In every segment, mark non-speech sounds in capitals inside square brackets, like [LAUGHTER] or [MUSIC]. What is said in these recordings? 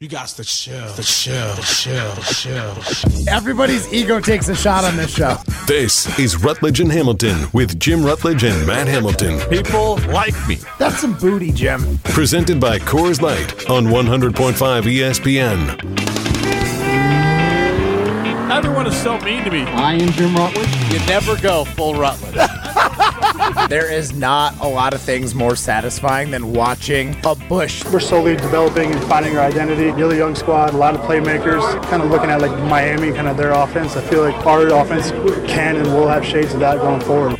You got the chill, the chill, the chill, the chill. Everybody's ego takes a shot on this show. This is Rutledge and Hamilton with Jim Rutledge and Matt Hamilton. People like me. That's some booty, Jim. Presented by Coors Light on 100.5 ESPN. Everyone is so mean to me. I am Jim Rutledge. You never go full Rutland. There is not a lot of things more satisfying than watching a bush. We're slowly developing and finding our identity. Really young squad, a lot of playmakers. Kind of looking at like Miami, kind of their offense. I feel like our offense can and will have shades of that going forward.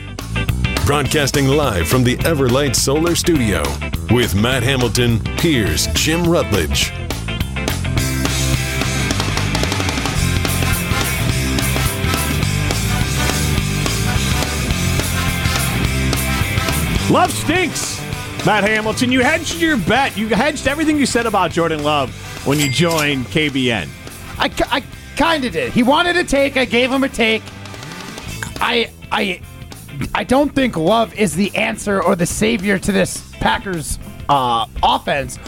Broadcasting live from the Everlight Solar Studio with Matt Hamilton. Here's Jim Rutledge. Love stinks. Matt Hamilton, you hedged your bet. You hedged everything you said about Jordan Love when you joined KBN. I, ki- I kind of did. He wanted a take. I gave him a take. I I I don't think love is the answer or the savior to this Packers uh, offense,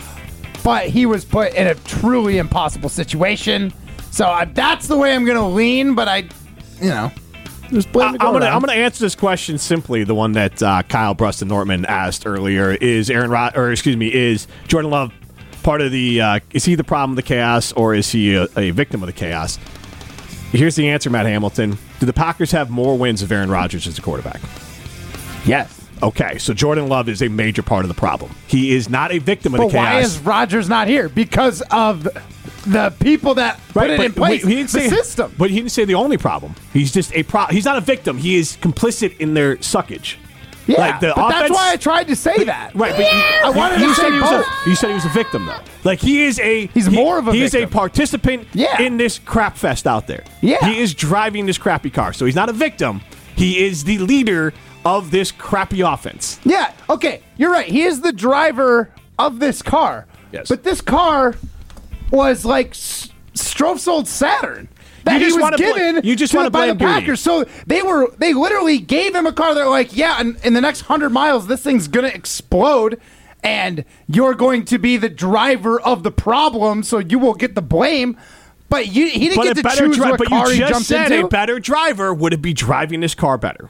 but he was put in a truly impossible situation. So I, that's the way I'm going to lean. But I, you know, just blame I, am gonna I'm gonna answer this question simply. The one that uh, Kyle Bruston Nortman asked earlier is Aaron Rod, or excuse me, is Jordan Love part of the? Uh, is he the problem of the chaos, or is he a, a victim of the chaos? Here's the answer, Matt Hamilton. Do the Packers have more wins if Aaron Rodgers is the quarterback? yes. Okay, so Jordan Love is a major part of the problem. He is not a victim of But the chaos. why is Rogers not here? Because of the people that put it but in place. we- he didn't the say, system. But he didn't say the only problem. He's just a pro. He's not a victim. He is complicit in their suckage. yeah, like the but that's offense- why I tried to say that. Right, but you, I wanted to say said he was both. A, you said he was a victim, though. Like he is a He's he- more of a he's victim. a participant Yeah. in this crap fest out there. Yeah. he is driving this crappy car, so he's not a victim. He is the leader of this crappy offense. Yeah. Okay. You're right. He is the driver of this car. Yes. But this car was like S- Stroh's old Saturn. That You just he was wanna bl- given you just to- wanna by the blame Goody. Packers. So they were they literally gave him a car. They're like, yeah, in, in the next hundred miles, this thing's gonna explode, and you're going to be the driver of the problem. So you will get the blame. But you, he didn't get a to choose dri- what but car you he just jumped said into. a better driver would it be driving this car better?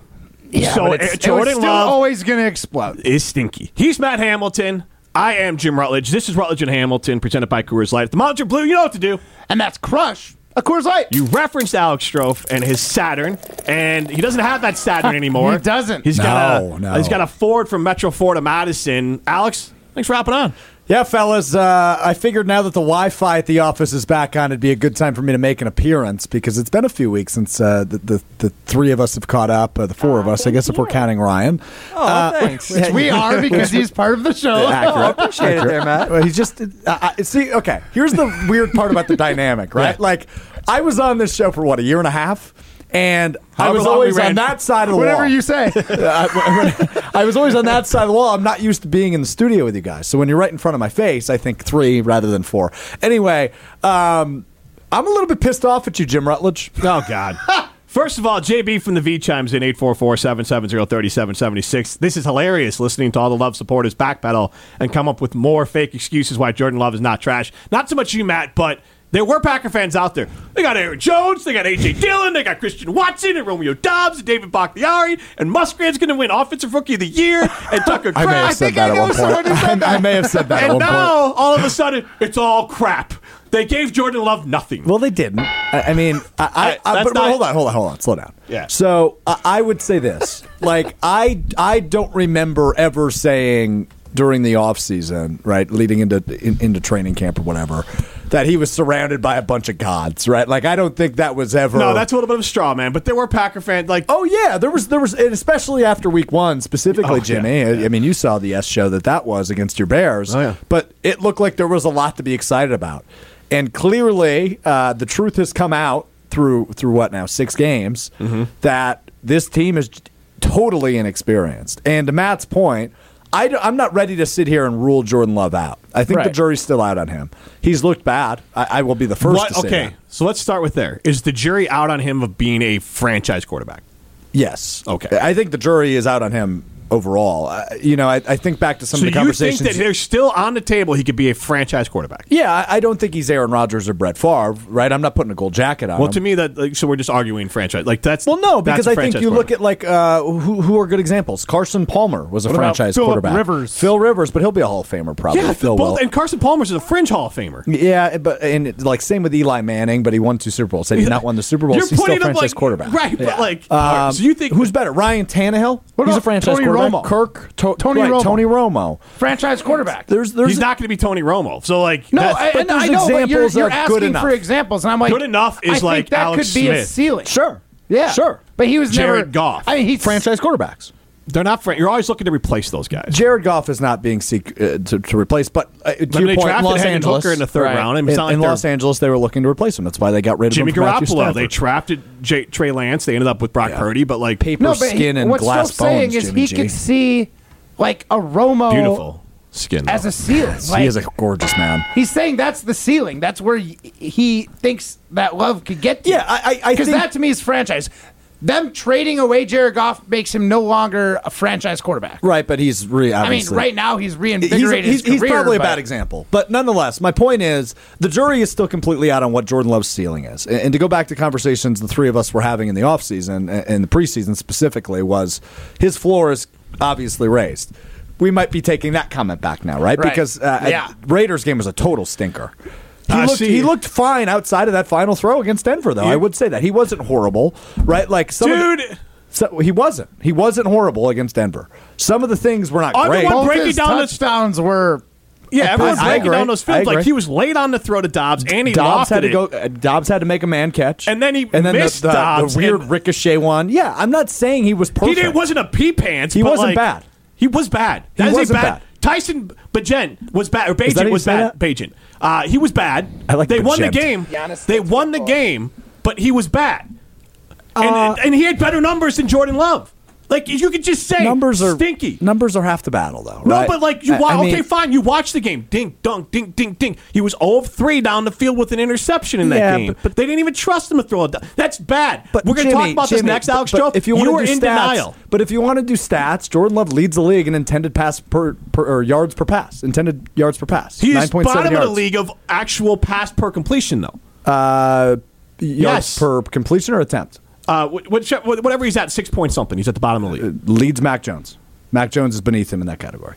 yeah, so but it's- it uh, was Jordan still Love always gonna explode. is stinky. He's Matt Hamilton. I am Jim Rutledge. This is Rutledge and Hamilton, presented by Coors Light. If the Monitor Blue, you know what to do. And that's Crush. Of course, Light. You referenced Alex Strofe and his Saturn, and he doesn't have [LAUGHS] that Saturn anymore. He doesn't. He's got No, a no. he's got a Ford from Metro Ford to Madison. Alex, thanks for hopping on. Yeah, fellas, uh, I figured now that the Wi-Fi at the office is back on, it'd be a good time for me to make an appearance because it's been a few weeks since uh, the, the the three of us have caught up, uh, the four of us, I guess, if we're counting Ryan. Uh, [LAUGHS] Oh, thanks. Which [LAUGHS] we are because he's part of the show. accurate. appreciate it there, Matt. Well, he's just I I see. Okay, here's the weird part about the dynamic, right? Yeah. Like, I was on this show for what a year and a half, and I However was long we always ran. on that side of [LAUGHS] the Whatever wall. you say. [LAUGHS] I, I was always on that side of the wall. I'm not used to being in the studio with you guys. So when you're right in front of my face, I think three rather than four. Anyway, um, I'm a little bit pissed off at you, Jim Rutledge. Oh God. First of all, JB from the V chimes in 844-770-3776. This is hilarious listening to all the Love supporters backpedal and come up with more fake excuses why Jordan Love is not trash. Not so much you, Matt, but there were Packer fans out there. They got Aaron Jones, they got A.J. Dillon, they got Christian Watson and Romeo Dobbs and David Bakhtiari, and Musgrave's going to win Offensive Rookie of the Year and Tucker [LAUGHS] [LAUGHS] I may have Craft. said that at one point. [LAUGHS] I, I may have said that at and one point. now, all of a sudden, it's all crap. They gave Jordan Love nothing. Well, they didn't. I, I mean, I, I, All I right, but, that's but not- hold on, hold on, hold on, slow down. Yeah. So I, I would say this: [LAUGHS] like, I I don't remember ever saying during the off season, right, leading into in, into training camp or whatever, that he was surrounded by a bunch of gods, right? Like, I don't think that was ever. no, that's a little bit of a straw man, but there were Packer fans like Oh yeah, there was there was, and especially after week one, Oh, specifically yeah, Jimmy. I- I, mean, you saw the S show that that was against your Bears. Oh, yeah. But it looked like there was a lot to be excited about, and clearly uh, the truth has come out through through what now six games Mm-hmm. that this team is totally inexperienced. And to Matt's point. I am not ready to sit here and rule Jordan Love out. I think the Right. jury's still out on him. He's looked bad. I, I will be the first What- to say okay, that. so let's start with there. Is the jury out on him of being a franchise quarterback? Yes. Okay. I think the jury is out on him overall. Uh, you know, I, I think back to some So of the you think conversations. that they're still on the table? He could be a franchise quarterback. yeah, I, I don't think he's Aaron Rodgers or Brett Favre, right? I'm not putting a gold jacket on Well, him. to me, that like, so we're just arguing franchise. Like that's well, no, that's because a I think franchise you quarterback. look at like uh, who who are good examples. Carson Palmer was a What about franchise Phillip quarterback. Rivers? Phil Rivers, but he'll be a Hall of Famer probably. Yeah, Phil both, will. and Carson Palmer's is a fringe Hall of Famer. Yeah, but and like same with Eli Manning, but he won two Super Bowls. Had he not won the Super Bowl, You're he's still putting up, franchise like- quarterback. right, but, like, Um, so you think- who's better, Ryan Tannehill? What he's a about franchise Tony quarterback. Romo? Kirk, To- Tony right, Romo. Tony Romo. franchise quarterback. There's there's He's not going to be Tony Romo. So like no, that's- I, but and I those know, but you're, examples you're are good asking for enough. examples, and I'm like, Good enough is I think like that Alex could be a Smith. ceiling. sure. yeah, sure. But he was never Jared Goff. I mean, he's franchise quarterbacks. they're not. Fran- you're always looking to replace those guys. Jared Goff is not being seek uh, to, to replace, but uh, to I mean, your they point, drafted Los Hendon Angeles Hooker in the third round. I mean, in, it's not like in they're- Los Angeles, they were looking to replace him. That's why they got rid of Jimmy him for Matthew Garoppolo. Stafford. They drafted J- Trey Lance. They ended up with Brock Yeah. Purdy, but like paper no, but he- skin and what's glass still bones. saying is Jimmy he G. could see like a Romo beautiful skin as though. a ceiling. he Like, is a gorgeous man. He's saying that's the ceiling. That's where y- he thinks that love could get to. Yeah, I- I- I because think- that to me is franchise. Them trading away Jared Goff makes him no longer a franchise quarterback. Right, but he's re. I mean, obviously. right now he's He's- reinvigorated. he's, his he's career, probably a but- bad example. But nonetheless, my point is the jury is still completely out on what Jordan Love's ceiling is. And, and to go back to conversations the three of us were having in the offseason and, and the preseason specifically was his floor is obviously raised. We might be taking that comment back now, right? Right. Because uh, Yeah. Raiders game was a total stinker. He, I looked, see. he looked fine outside of that final throw against Denver, though. I would say that he wasn't horrible, right? Like some of the- Dude. so he wasn't. He wasn't horrible against Denver. Some of the things were not I'm the great. one Both breaking his down the- touchdowns were. yeah, everyone's I breaking agree. down those I films. agree. Like he was late on the throw to Dobbs, and he Dobbs lofted had to it. go. uh, Dobbs had to make a man catch, And then he and then the- missed the, the Dobbs, weird and- ricochet one. Yeah, I'm not saying he was He perfect. didn't, wasn't a pee pants. He but, wasn't like, bad. He was bad. He That is wasn't a bad. bad. Tyson Bajen was bad. Or Is that how Bajan you was say bad. that? Bajan. Uh, he was bad. I like they won the Bagent. game. Giannis They gets won the football. game, but he was bad. And, Uh, and he had better numbers than Jordan Love. Like you could just say numbers are stinky. Numbers are half the battle, though. No, right? but like you, I- wa- I mean, okay, fine. You watch the game. Ding, dunk, ding, ding, ding. He was 0 of 3 down the field with an interception in that Yeah, game. but- But, they didn't even trust him to throw it. down. That's bad. But We're going to Jimmy, talk about this Jimmy, next, but- Alex but Joe. If you, wanna were do in stats, denial. but if you want to do stats, Jordan Love leads the league in intended pass per, per or yards per pass, intended yards per pass. He nine is point bottom seven of yards. the league of actual pass per completion, though. Uh, yards Yes. per completion or attempt. Uh, wh- which, whatever he's at, six point something. He's at the bottom of the league. leads Mac Jones. Mac Jones is beneath him in that category.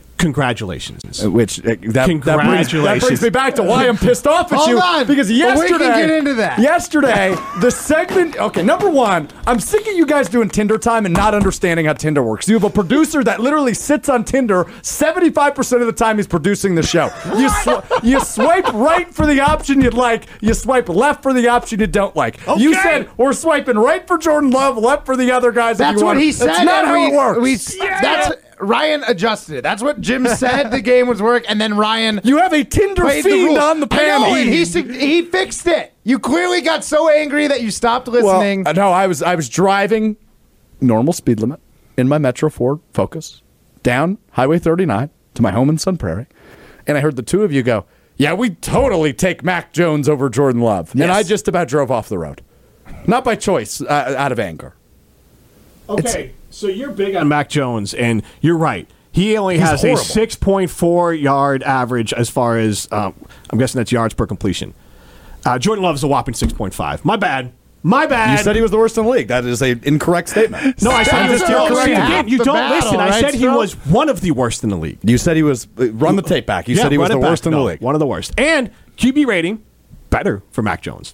Congratulations. Which uh, that, that, brings, that Congratulations. brings me back to why I'm pissed off at Hold you on, because but we can yesterday get into that. [LAUGHS] Yesterday, the segment. Okay, number one, I'm sick of you guys doing Tinder time and not understanding how Tinder works. You have a producer that literally sits on Tinder 75 percent of the time he's producing the show. You sw- you swipe right for the option you'd like. You swipe left for the option you don't like. You Okay. said we're swiping right for Jordan Love, left for the other guys. if That's you what want he to- said. That's not and how we, it works. We, [LAUGHS] That's Ryan adjusted it. That's what [LAUGHS] Jim said. the game was work, and then Ryan You have a Tinder played the fiend rules. on the I panel. know, and he su- he fixed it. You clearly got so angry that you stopped Well, listening. uh, no, I was I was driving normal speed limit in my Metro Ford Focus down Highway 39 to my home in Sun Prairie, and I heard the two of you go, "Yeah, we totally take Mac Jones over Jordan Love," and I just about drove off the road, not by choice, uh, out of anger. Okay, so you're big on Mac Jones, and you're right. He only has horrible. a 6.4 yard average as far as um, I'm guessing that's yards per completion. Uh, Jordan Love's a whopping 6.5. My bad. My bad. was the worst in the league. That is an incorrect statement. no, I That's said he was just no, correct. see, again, Half You the don't battle, listen. I right, said he Stroh? was one of the worst in the league. You said he was. uh, Run the tape back. You Yeah, run it back, no, One of the worst. And QB rating, better for Mac Jones.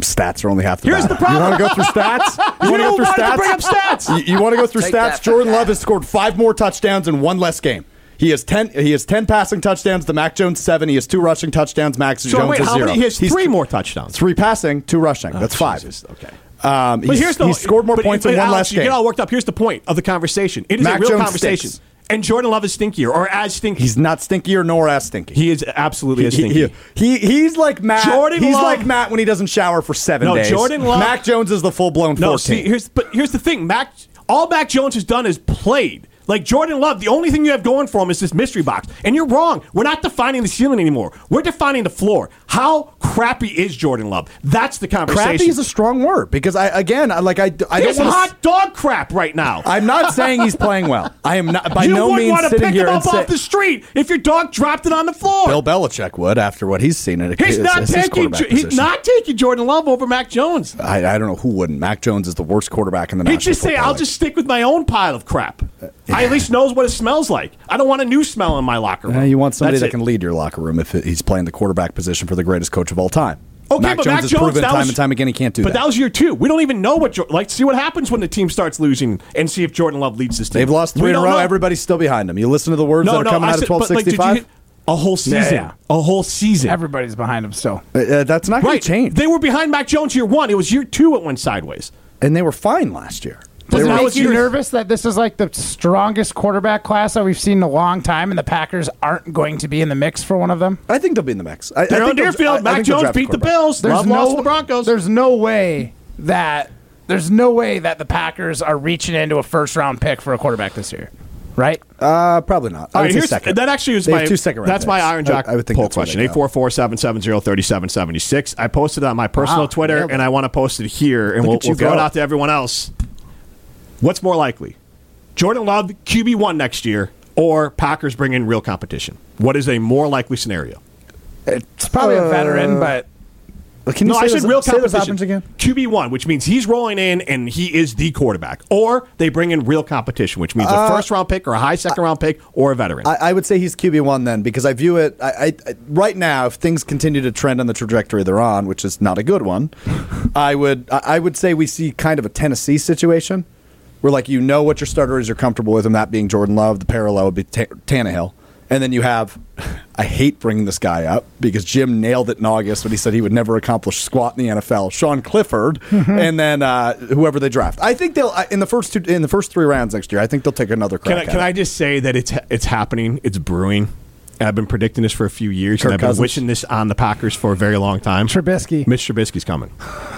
Stats are only half the Here's battle. the problem. You want to go [LAUGHS] through stats? You, wanna don't go through want to bring up stats. You, want to go through Take stats? that. Jordan Love has scored five more touchdowns in one less game. He has ten. He has ten passing touchdowns. The Mac Jones seven. He has two rushing touchdowns. Max So Jones wait, is how zero. many? He has He's three th- more touchdowns. Oh, Three passing, two rushing. That's five. Jesus, Okay. Um, But he's- here's the he scored more but- points but in one Alex, last You game. get all worked up. Here's the point of the conversation. It is Mac a real Jones conversation. stinks. And Jordan Love is stinkier, or as stinky. He's not stinkier nor as stinky. he is absolutely as he, stinky. he, he- he's like Matt. Jordan he's Love- like Matt when he doesn't shower for seven No, days. Jordan Love- Mac Jones is the full blown no, see, fourteen. here's but here's the thing. Mac, all Mac Jones has done is played. Like Jordan Love, the only thing you have going for him is this mystery box. And you're wrong. We're not defining the ceiling anymore. We're defining the floor. How crappy is Jordan Love? That's the conversation. Crappy is a strong word because I again, I like I, I He's don't wanna hot dog crap right now. I'm not saying he's playing well. I am not by you no wouldn't means want to sitting pick him here and up say, off the street if your dog dropped it on the floor. Bill Belichick would after what he's seen at he's his- not his taking. quarterback Jo- He's position. not taking Jordan Love over Mac Jones. I, I don't know who wouldn't. Mac Jones is the worst quarterback in the He'd National just say, Football "I'll League." just stick with my own pile of crap. I at least knows what it smells like. I don't want a new smell in my locker room." Uh, you want somebody That's that it. can lead your locker room if he's playing the quarterback position for the greatest coach of all time. Okay, Mac but Jones Mac has Jones, proven that time was- and time again he can't do But that. that was year two. We don't even know what. Jor- Like, see what happens when the team starts losing, and see if Jordan Love leads this team. They've lost We three in a don't row. know. Everybody's still behind them. You listen to the words that No, are no. coming I out said, of but like, did you 1265. get- a whole season? Yeah. A whole season. Everybody's behind him still. Uh, uh, that's not going right. to change. They were behind Mac Jones year one. It was year two. It went sideways. and they were fine last year. Does it were- make you Yours- nervous that this is like the strongest quarterback class that we've seen in a long time, and the Packers aren't going to be in the mix for one of them? I think they'll be in the mix. I, I They're think on they'll- I- I Deerfield. Mac think they'll Jones draft a beat the quarterback. Bills. There's Love no lost to the Broncos. There's no way that there's no way that the Packers are reaching into a first round pick for a quarterback this year, right? Uh, probably not. I All would right, say here's- second. That actually is They have my two second round That's my picks. Iron Jock I, I would think poll that's where they question. go. 844-770-3776. I posted it on my personal Wow, Twitter, nailed it. and I want to post it here, and Look we'll, at you we'll throw it go. out to everyone else. What's more likely, Jordan Love QB one next year, or Packers bring in real competition? What is a more likely scenario? It's probably Uh, a veteran, but But Uh, Can you no, say I said those- real say those competition. options again? QB one, which means he's rolling in and he is the quarterback, or they bring in real competition, which means a first round pick or a high second round pick or a veteran. Uh, I, I would say he's QB one then because I view it I, I, I- right now. If things continue to trend on the trajectory they're on, which is not a good [LAUGHS] one, I would I I would say we see kind of a Tennessee situation where like you know what your starter is, you're comfortable with him. That being Jordan Love, the parallel would be Ta- Tannehill, and then you have. [LAUGHS] I hate bringing this guy up because Jim nailed it in August when he said he would never accomplish squat in the NFL. Sean Clifford, and then uh, whoever they draft. I think they'll I- in the first two in the first three rounds next year. I think they'll take another crack. Can I, at can it. I just say that it's it's happening? It's brewing. I've been predicting this for a few years, Kirk and I've been Cousins. wishing this on the Packers for a very long time. Trubisky. Mitch Trubisky's coming.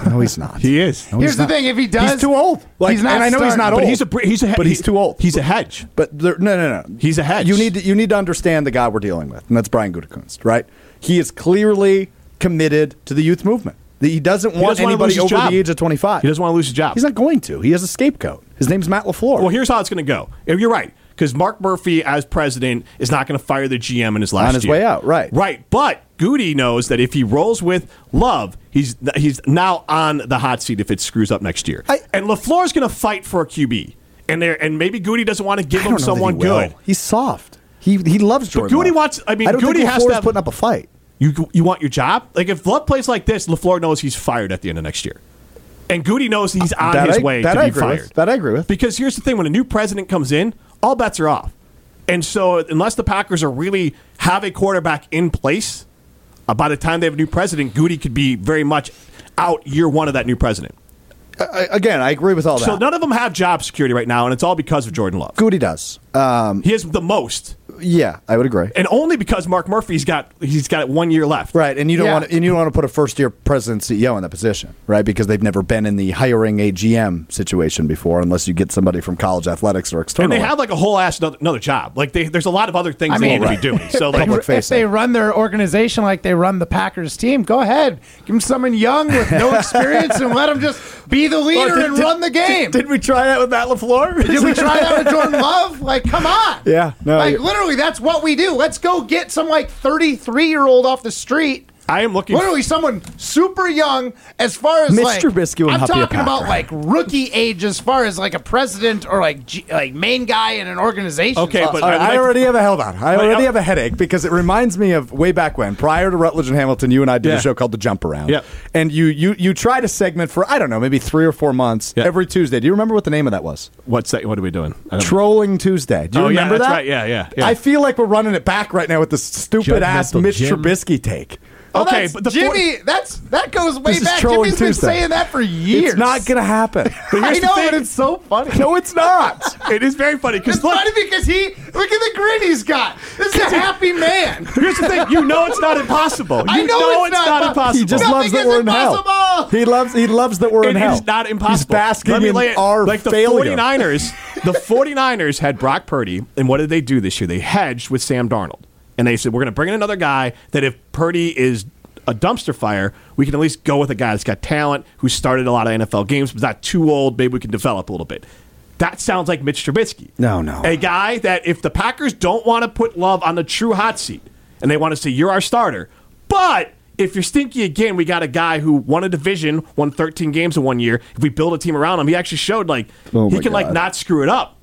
No, he's not. He is. here's the thing: if he does, too old. Like, he's not. and I know he's starting. not But old. he's a br- he's a he- But he's too old. He's a hedge. But there, no, no, no. He's a hedge. You need to, you need to understand the guy we're dealing with, and that's Brian Gutekunst, right? He is clearly committed to the youth movement. The- He doesn't want doesn't wanna lose anybody his over job. the age of twenty five. He doesn't wanna lose his job. He's not going to. He has a scapegoat. His name's Matt Lafleur. Well, here's how it's going to go. Yeah, You're right. Because Mark Murphy, as president, is not going to fire the GM in his last On his year. way out, right. Right. But Goody knows that if he rolls with Love, he's he's now on the hot seat if it screws up next year. I- and LaFleur's going to fight for a QB. And there and maybe Goody doesn't want to give I don't know him that someone he will. good. He's soft. He he loves Jordan. Goody Love. wants- I mean, I don't Goody think has to LaFleur's have- putting up a fight. You you want your job? Like if Love plays like this, Lafleur knows he's fired at the end of next year, and Goody knows he's on Uh, That his I- way that to I be agree with. fired. That I agree with. Because here's the thing: when a new president comes in, all bets are off. And so, unless the Packers are really have a quarterback in place, uh, by the time they have a new president, Goody could be very much out year one of that new president. I, again, I agree with all that. So none of them have job security right now, and it's all because of Jordan Love. Goody does. Um, He has the most, yeah, I would agree. and only because Mark Murphy's got he's got one year left. Right, and you don't Yeah. want to, and you don't want to put a first year president CEO in that position, right? Because they've never been in the hiring a GM situation before, unless you get somebody from college athletics or And external. they have like a whole ass another, another job. Like they, there's a lot of other things I they mean, need to be doing. So like, [LAUGHS] Public If if they facing. run their organization like they run the Packers team, go ahead, give him someone young with [LAUGHS] no experience, and let him just be the leader and run the game. we try that with Matt Lafleur? Did [LAUGHS] we try that with Jordan Love? Like, come on. Yeah, no, like, you- literally, that's what we do. Let's go get some, like, 33 year old off the street. I am looking. Literally, someone super young as far as Mitch like. Trubisky would I'm not be a talking about, Packer. like, rookie age as far as, like, a president or, like, G- like main guy in an organization. Okay, but- Uh, All right, I would I like- already have a hold on. I Wait, already uh, have a headache because it reminds me of way back when, prior to Rutledge and Hamilton, you and I did Yeah. a show called The Jump Around. Yep. And you you you tried a segment for I don't know maybe three or four months Yeah. every Tuesday. Do you remember what the name of that was? What's that? What are we doing? I don't- Trolling Tuesday. Do you Oh, yeah, remember that's that? right. Yeah, yeah, yeah. I feel like we're running it back right now with this stupid ass Judgmental Mitch Jim. Trubisky take. Well, okay, Oh, that's but the four- Jimmy, that's that goes way This is back. Trolling Jimmy's been Tuesday. saying that for years. It's not [LAUGHS] gonna happen. I here's the know, thing. but it's so [LAUGHS] funny. no, it's not. [LAUGHS] it is very funny because It's look, funny because he look at the grin he's got. This is a happy man. here's the thing. You know [LAUGHS] it's not impossible. You I know it's not impo- impossible. He just Nothing loves that is we're in hell. impossible. He loves he loves that we're in It hell. is not impossible. He's basking Let me in lay it- our like the failure. 49ers, the 49ers had Brock Purdy, and what did they do this year? They hedged with Sam Darnold. And they said, we're going to bring in another guy that if Purdy is a dumpster fire, we can at least go with a guy that's got talent, who started a lot of NFL games, but not too old. Maybe we can develop a little bit. That sounds like Mitch Trubisky. No, no. A guy that if the Packers don't want to put Love on the true hot seat and they want to say, you're our starter, but if you're stinky again, we got a guy who won a division, won 13 games in one year. If we build a team around him, he actually showed like Oh he my can like God. not screw it up.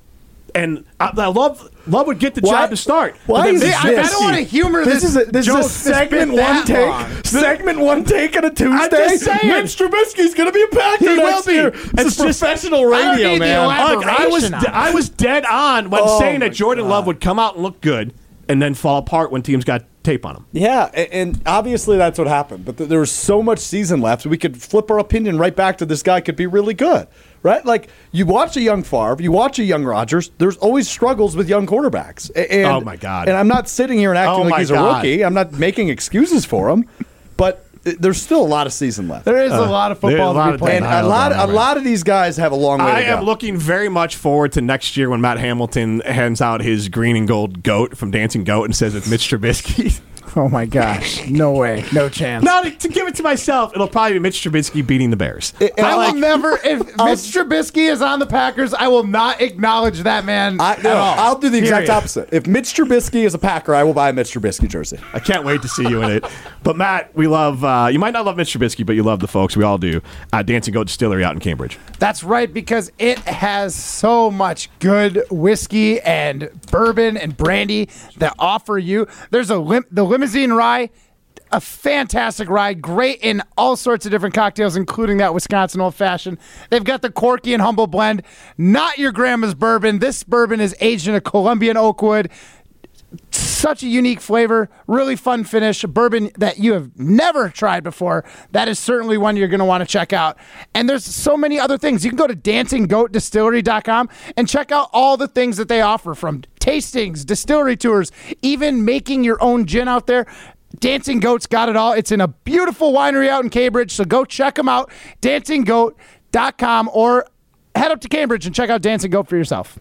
And I, I love Love would get the job to start. Why But then is Mitch this? I, I don't want to humor this. This is a, this joke, is a this bit segment that one take. [LAUGHS] long. Segment one take on a Tuesday. just saying. Mitch Trubisky's gonna be a Packer He will next be. year. It's This is just- professional I don't radio, need the man. elaboration Look, I was on it. I was dead on when Oh saying that Jordan Love would come out and look good and then fall apart when teams got tape on him. Yeah, a- and obviously that's what happened. But th- there was so much season left, we could flip our opinion right back to this guy could be really good, right? Like you watch a young Favre, you watch a young Rodgers. There's always struggles with young quarterbacks. A- And, Oh, my God. And I'm not sitting here and acting Oh, like my he's a God. rookie. I'm not making excuses for him, but uh, there's still a lot of season left, There is a lot of there's football a lot to be of played. and a lot, a lot of these guys have a long way I to go. am looking very much forward to next year when Matt Hamilton hands out his green and gold goat from Dancing Goat and says it's Mitch Trubisky. [LAUGHS] [LAUGHS] Oh my gosh! No way! No chance! no, to give it to myself, it'll probably be Mitch Trubisky beating the Bears. I will never. If Mitch Trubisky is on the Packers, I will not acknowledge that man. I, at no, all. I'll do the exact Period. opposite. If Mitch Trubisky is a Packer, I will buy a Mitch Trubisky jersey. I can't wait to see you in it. But Matt, we love uh, you. Might not love Mitch Trubisky, but you love the folks. We all do. Uh, Dancing Goat Distillery out in Cambridge. That's right, because it has so much good whiskey and bourbon and brandy that offer you. There's a lim- the limousine rye, a fantastic rye, great in all sorts of different cocktails, including that Wisconsin old fashioned. They've got the corky and humble blend, not your grandma's bourbon. This bourbon is aged in a Colombian oakwood such a unique flavor, really fun finish, a bourbon that you have never tried before. That is certainly one you're going to want to check out. And there's so many other things. You can go to dancinggoatdistillery.com and check out all the things that they offer from tastings, distillery tours, even making your own gin out there. Dancing Goat's got it all. It's in a beautiful winery out in Cambridge, so go check them out, dancinggoat.com or head up to Cambridge and check out Dancing Goat for yourself.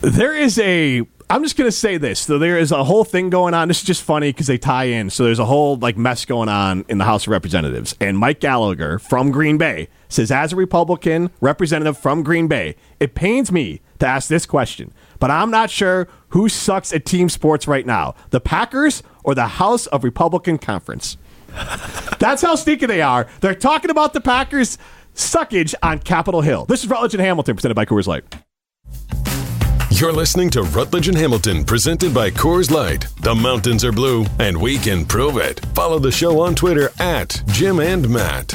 There is a. I'm just gonna say this. So there is a whole thing going on. This is just funny because they tie in. So there's a whole like mess going on in the House of Representatives. And Mike Gallagher from Green Bay says, as a Republican representative from Green Bay, it pains me to ask this question, but I'm not sure who sucks at team sports right now: the Packers or the House of Republican Conference. [LAUGHS] That's how stinky they are. They're talking about the Packers suckage on Capitol Hill. This is Rutledge and Hamilton, presented by Coors Light. You're listening to Rutledge and Hamilton, presented by Coors Light. The mountains are blue, and we can prove it. Follow the show on Twitter at Jim and Matt.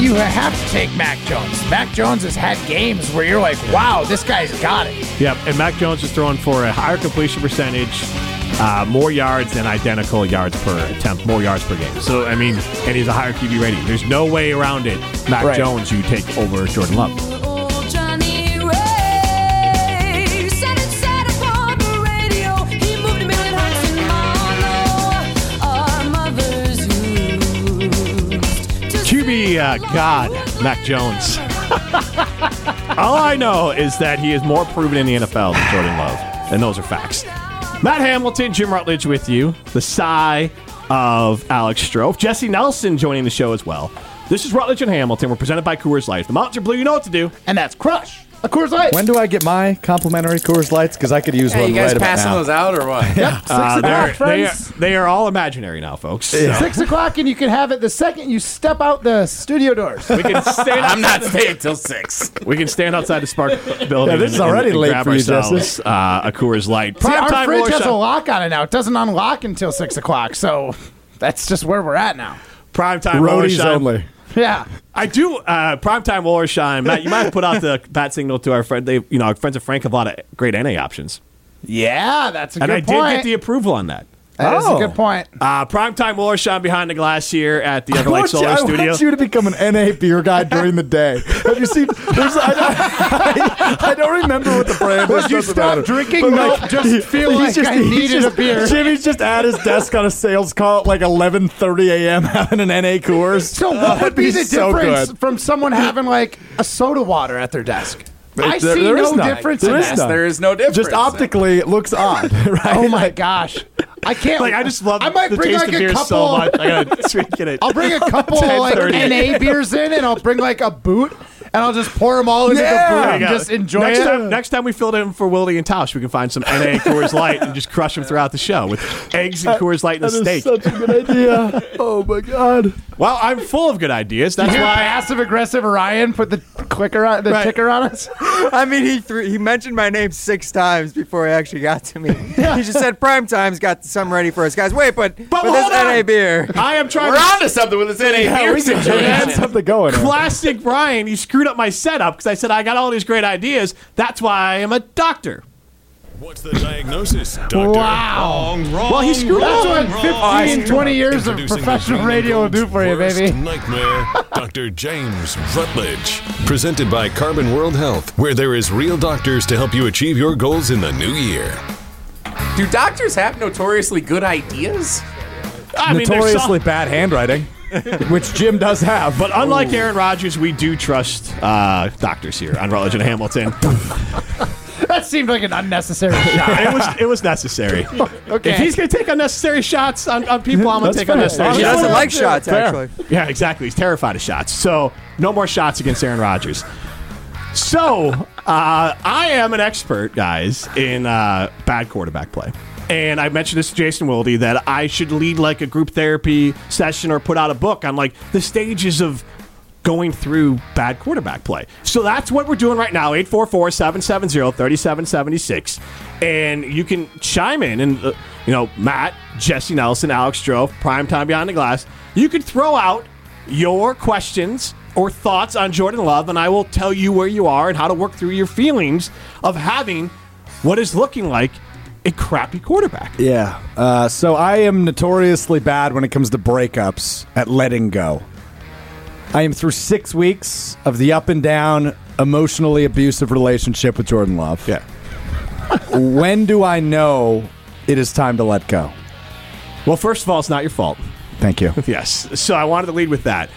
You have to take Mac Jones. Mac Jones has had games where you're like, wow, this guy's got it. Yep, and Mac Jones is throwing for a higher completion percentage, uh, more yards than identical yards per attempt, more yards per game. So I mean, and he's a higher QB rating. There's no way around it. Mac Right. Jones, you take over Jordan Love. QB uh, God, Mac Jones. All I know is that he is more proven in the NFL than Jordan Love, and those are facts. Matt Hamilton, Jim Rutledge with you. The sigh of Alex Strofe. Jesse Nelson joining the show as well. This is Rutledge and Hamilton. We're presented by Coors Light. If the mountains are blue, you know what to do. And that's Crush. Of course, I. When do I get my complimentary Coors Lights? Because I could use Hey, one you guys right about passing now. those out or what? Uh, they're- they, are, friends. they are all imaginary now, folks. So Six o'clock, and you can have it the second you step out the studio doors. we can stand I'm not staying till six. We can stand outside the Spark building. [LAUGHS] Yeah, this and- is already and- and late grab for you, ourselves, Justice. Uh, a Coors Light. See, Prime our time fridge has Rorschach- a lock on it now. It doesn't unlock until six o'clock, so that's just where we're at now. Prime time Roadies Rorschach. only. Yeah. I do uh, primetime war shine, Matt. You might have put out [LAUGHS] the bat signal to our friend. They, you know, our friends at Frank have a lot of great NA options, Yeah, that's a and good I point. did get the approval on that. That is Oh. a good point. Uh, primetime war shine behind the glass here at the I Everlight want, you, Solar I Studio. want you to become an NA beer guy during the day. Have you seen? There's, I, don't, I, don't remember what the [LAUGHS] brand is. Would you doesn't stop matter. drinking But, milk? [LAUGHS] Just feel like I he's needed just- a beer. Jimmy's just at his desk on a sales call at like 11:30 a.m. [LAUGHS] having an NA Coors. So, what That'd would be, the so difference good. from someone having like a soda water at their desk? I There- see there is no none. difference There in is that. none. There is no difference. Just optically, it looks odd, [LAUGHS] right? Oh my Like, gosh, I can't. Like I just love. I might the bring taste like of a beer couple. so much. I gotta [LAUGHS] drink it. [LAUGHS] I'll bring a couple like 10:30. NA beers in, and I'll bring like a boot, and I'll just pour them all into Yeah. the boot There and Yeah. just enjoy next it. Time, next time we fill it in for Wildy and Tosh, we can find some NA Coors Light and just crush them throughout the show with eggs and Coors Light and a that is steak. such a good idea. oh my god. well, I'm full of good ideas. That's Here, why. passive aggressive Ryan put the clicker on the Right. ticker on us. [LAUGHS] I mean, he threw, he mentioned my name six times before he actually got to me. He just said prime time's got some ready for us guys. Wait, but but, this hold on. NA beer. I am trying We're to onto something with this NA beer We had situation. something going. on. classic Brian. You screwed up my setup because I said I got all these great ideas. That's why I am a doctor. What's the diagnosis, doctor? Wow. Well, he screwed That's up. what 15, 20 years of Introducing the professional Green radio will do Gold's for you, worst baby. [LAUGHS] Nightmare, Dr. James Rutledge. Presented by Carbon World Health, where there is real doctors to help you achieve your goals in the new year. Do doctors have notoriously good ideas? I mean, there's some- Notoriously bad handwriting, which Jim does have. But unlike Aaron Rodgers, we do trust uh, doctors here on Rutledge and Hamilton. That seemed like an unnecessary shot. it was it was necessary. Okay. If he's gonna take unnecessary shots on, on people, I'm gonna That's take fair. unnecessary He Yeah. doesn't shots. like shots Fair. actually. Yeah, exactly. He's terrified of shots. So no more shots against Aaron Rodgers. So uh, I am an expert, guys, in uh, bad quarterback play. And I mentioned this to Jason Wilde that I should lead like a group therapy session or put out a book on like the stages of going through bad quarterback play. So that's what we're doing right now 844 770 3776. And you can chime in and, uh, you know, Matt, Jesse Nelson, Alex Stroh, Primetime Beyond the Glass, you can throw out your questions or thoughts on Jordan Love, and I will tell you where you are and how to work through your feelings of having what is looking like a crappy quarterback. Yeah. Uh, so I am notoriously bad when it comes to breakups at letting go. I am through six weeks of the up and down, emotionally abusive relationship with Jordan Love. Yeah. [LAUGHS] when do I know it is time to let go? Well, first of all, it's not your fault. [LAUGHS] Thank you. [LAUGHS] Yes. So I wanted to lead with that.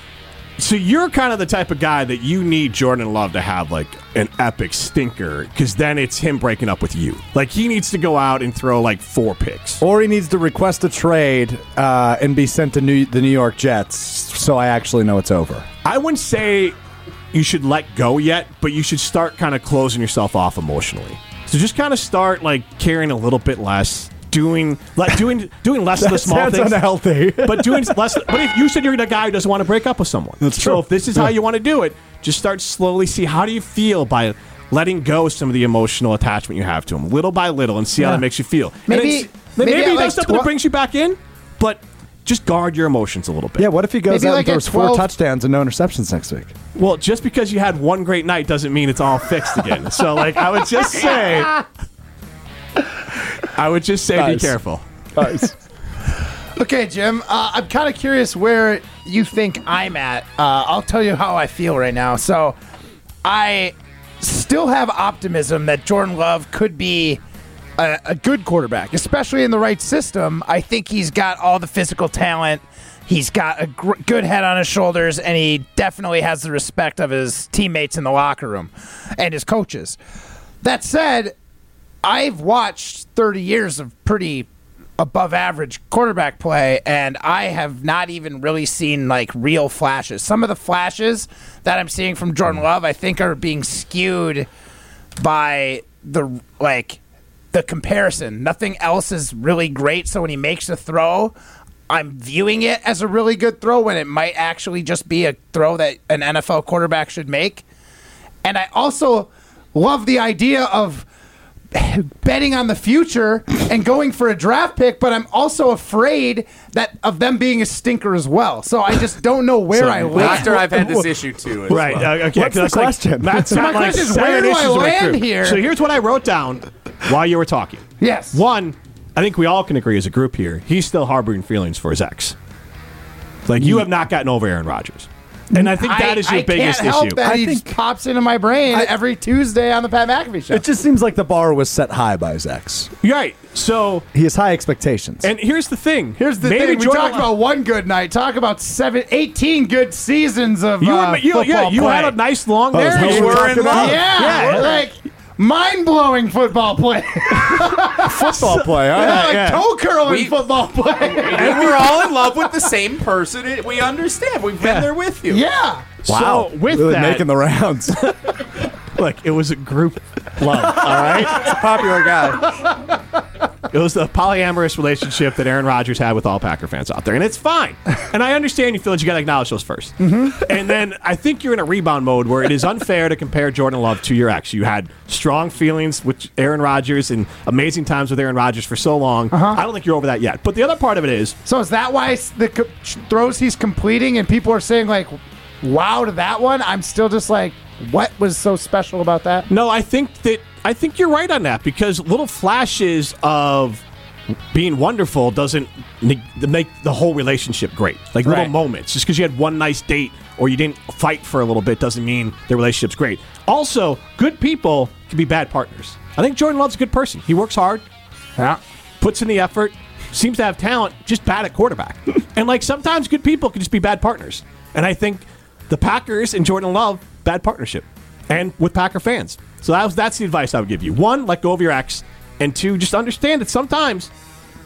So you're kind of the type of guy that you need Jordan Love to have like an epic stinker because then it's him breaking up with you. Like he needs to go out and throw like four picks. Or he needs to request a trade uh, and be sent to New- the New York Jets so I actually know it's over. I wouldn't say you should let go yet, but you should start kind of closing yourself off emotionally. So just kind of start like caring a little bit less, doing like doing doing less of the small sounds things. unhealthy. but doing less. But if you said you're the guy who doesn't want to break up with someone, That's so true. if this is how you want to do it, just start slowly. See how do you feel by letting go of some of the emotional attachment you have to him, little by little, and see how that makes you feel. And Maybe- it's- then maybe at, maybe, he like, does something twe- that brings you back in, but just guard your emotions a little bit. Yeah, what if he goes Maybe out like at and throws four 12 touchdowns and no interceptions next week? Well, just because you had one great night doesn't mean it's all fixed again. so, like, I [LAUGHS] would just say, I would just say, Nice. be careful. Okay, Jim. Uh, I'm kind of curious where you think I'm at. Uh, I'll tell you how I feel right now. So, I still have optimism that Jordan Love could be a, a good quarterback, especially in the right system. I think he's got all the physical talent. He's got a gr- good head on his shoulders, and he definitely has the respect of his teammates in the locker room and his coaches. That said, I've watched 30 years of pretty above average quarterback play, and I have not even really seen like real flashes. Some of the flashes that I'm seeing from Jordan Love, I think, are being skewed by the like the comparison. Nothing else is really great. So when he makes a throw, I'm viewing it as a really good throw when it might actually just be a throw that an NFL quarterback should make. And I also love the idea of betting on the future and going for a draft pick, but I'm also afraid that of them being a stinker as well. So I just don't know where I land. Doctor, I've had this issue too. as Right. well. uh, okay. 'cause What's the it's like- question? Matt's My got, like, question is, seven where do I issues to work land through. here? So here's what I wrote down while you were talking. Yes. One, I think we all can agree as a group here, he's still harboring feelings for his ex. Like, you have not gotten over Aaron Rodgers. And I think that is your I biggest can't help issue. That he just pops into my brain every Tuesday on the Pat McAfee show. It just seems like the bar was set high by his ex. Right. So he has high expectations. And here's the thing. Here's the Maybe thing. We Jordan talked Love- about one good night. Talk about seven, 18 good seasons of You, uh, were, you, football yeah, you play. had a nice long Oh, there. that's You what were we're in talking love. about. Yeah, Yeah. like mind blowing football play. [LAUGHS] football play, all yeah, right, like yeah. toe curling We- football play. and we're all in love with the same person. It- We understand. We've been there with you. yeah. Wow. [LAUGHS] So with really that, making the rounds. [LAUGHS] look, it was a group love. All right. Popular guy. It was the polyamorous relationship that Aaron Rodgers had with all Packer fans out there, and it's fine. And I understand you feel that you got to acknowledge those 1st And then I think you're in a rebound mode where it is unfair to compare Jordan Love to your ex. You had strong feelings with Aaron Rodgers and amazing times with Aaron Rodgers for so long. I don't think you're over that yet. But the other part of it is So is that why s- the co- ch- throws he's completing and people are saying like, "Wow" to that one? I'm still just like, what was so special about that? No, I think that I think you're right on that because little flashes of being wonderful doesn't ne- make the whole relationship great. Like Right. little moments, just because you had one nice date or you didn't fight for a little bit doesn't mean the relationship's great. Also, good people can be bad partners. I think Jordan Love's a good person. He works hard, Yeah. puts in the effort, seems to have talent, just bad at quarterback. and like sometimes good people can just be bad partners. And I think the Packers and Jordan Love bad partnership, and with Packer fans. So that was, that's the advice I would give you: one, let go of your ex, and two, just understand that sometimes.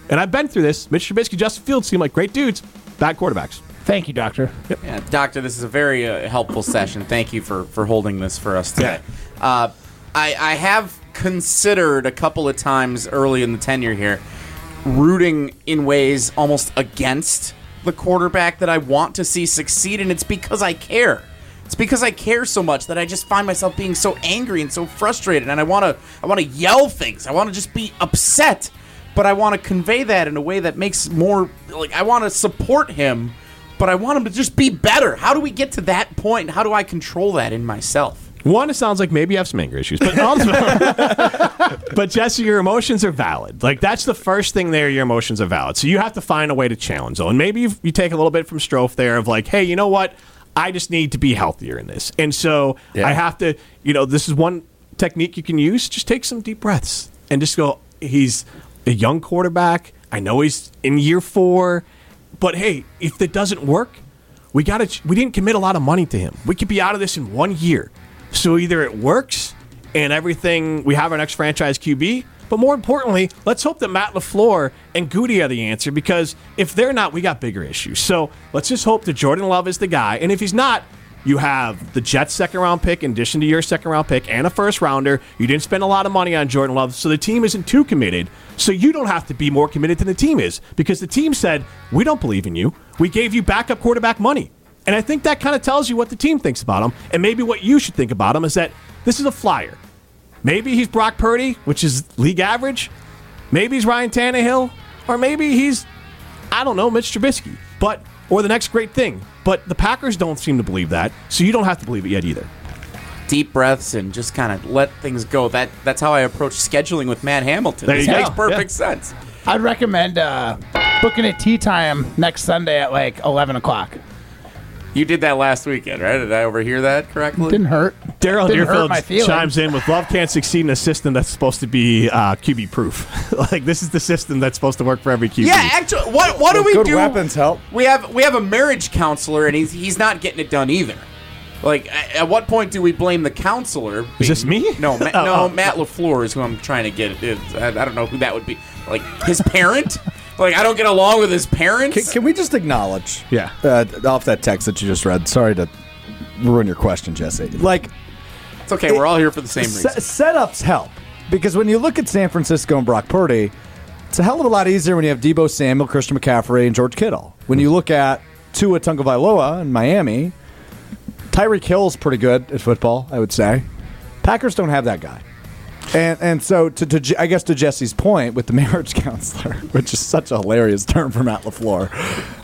And I've been through this. Mitch Trubisky, Justin Fields seem like great dudes, bad quarterbacks. Thank you, doctor. Yeah, doctor, this is a very uh, helpful session. Thank you for for holding this for us today. Uh, I I have considered a couple of times early in the tenure here, rooting in ways almost against the quarterback that I want to see succeed, and it's because I care. It's because I care so much that I just find myself being so angry and so frustrated, and I want to I want to yell things. I want to just be upset, but I want to convey that in a way that makes more like I want to support him but I want him to just be better. How do we get to that point? How do I control that in myself? One, it sounds like maybe you have some anger issues, but [LAUGHS] also, but Jesse, your emotions are valid. Like that's the first thing there. Your emotions are valid, so you have to find a way to challenge them. And maybe you you take a little bit from Strofe there of like, hey, you know what? I just need to be healthier in this, and so I have to. You know, this is one technique you can use. Just take some deep breaths and just go. He's a young quarterback. I know he's in year four, but hey, if it doesn't work, we got to. We didn't commit a lot of money to him. We could be out of this in one year. So either it works and everything. We have our next franchise QB. But more importantly, let's hope that Matt Lafleur and Goody are the answer because if they're not, we got bigger issues. So let's just hope that Jordan Love is the guy. And if he's not, you have the Jets' second round pick in addition to your second round pick and a first rounder. You didn't spend a lot of money on Jordan Love, so the team isn't too committed. So you don't have to be more committed than the team is because the team said, We don't believe in you. We gave you backup quarterback money. And I think that kind of tells you what the team thinks about him. And maybe what you should think about him is that this is a flyer. Maybe he's Brock Purdy, which is league average. Maybe he's Ryan Tannehill. Or maybe he's I don't know, Mitch Trubisky, but or the next great thing. But the Packers don't seem to believe that, so you don't have to believe it yet either. Deep breaths and just kind of let things go. That that's how I approach scheduling with Matt Hamilton. There This you go. makes perfect Yeah. sense. I'd recommend uh, booking a tea time next Sunday at like eleven o'clock. You did that last weekend, right? Did I overhear that correctly? Didn't hurt. Daryl Didn't hurt Deerfield my feelings. chimes in with "Love can't succeed in a system that's supposed to be uh, QB proof. [LAUGHS] like this is the system that's supposed to work for every QB. Yeah, actually, what what do we good do? weapons help. We have we have a marriage counselor, and he's he's not getting it done either. Like, at, at what point do we blame the counselor? Is this me? No, [LAUGHS] Ma- Oh, no, oh. Matt Lafleur is who I'm trying to get. It- I, I don't know who that would be. Like his parent. like I don't get along with his parents. Can, can we just acknowledge? Yeah. Uh, off that text that you just read. Sorry to ruin your question, Jesse. Like it's okay. We're all here for the same reason. se- setups help because when you look at San Francisco and Brock Purdy, it's a hell of a lot easier when you have Debo Samuel, Christian McCaffrey, and George Kittle. When you look at Tua Tagovailoa in Miami, Tyreek Hill's pretty good at football, I would say. Packers don't have that guy. And, and so to, to Je- I guess to Jesse's point with the [LAUGHS] marriage counselor, which is such a hilarious term for Matt Lafleur,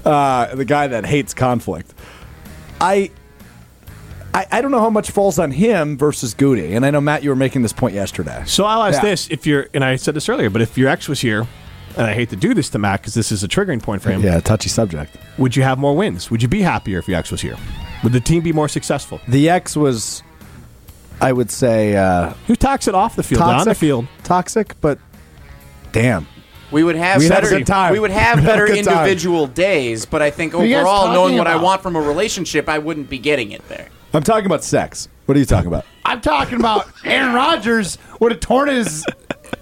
uh, the guy that hates conflict. I I, I don't know how much falls on him versus Goody. And I know Matt, you were making this point yesterday. So I'll ask Yeah. this: if you're, and I said this earlier, but if your ex was here, and I hate to do this to Matt because this is a triggering point for him. Yeah, touchy subject. Would you have more wins? Would you be happier if your ex was here? Would the team be more successful? The X was, I would say, uh, who talks it off the field, on the field, toxic, but damn, We would have We had a better. good time. We would have [LAUGHS] We had a better good time. individual days, but I think What are you guys overall, knowing talking what I about? want from a relationship, I wouldn't be getting it there. I'm talking about sex. What are you talking about? I'm talking about Aaron Rodgers would have torn his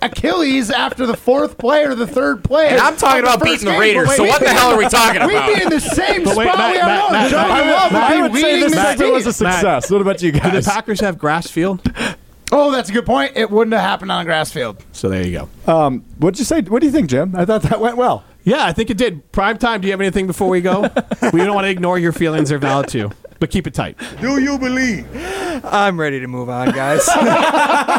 Achilles after the fourth play or the third play. And I'm talking of about first beating the game. Raiders, But so wait, what the wait, hell are we talking We'd about? be in the same But wait, spot Matt, we are Matt, now. Matt, Johnny Matt, Love Matt, I would would be say leading this this Matt, team. was a success. What about you Do the Packers have grass field? Oh, that's a good point. It wouldn't have happened on a grass field. So there you go. Um, what'd you say? What do you think, Jim? I thought that went well. Yeah, I think it did. Prime time. Do you have anything before we go? we don't want to ignore your feelings; they're valid too. But keep it tight. Do you believe? I'm ready to move on, guys.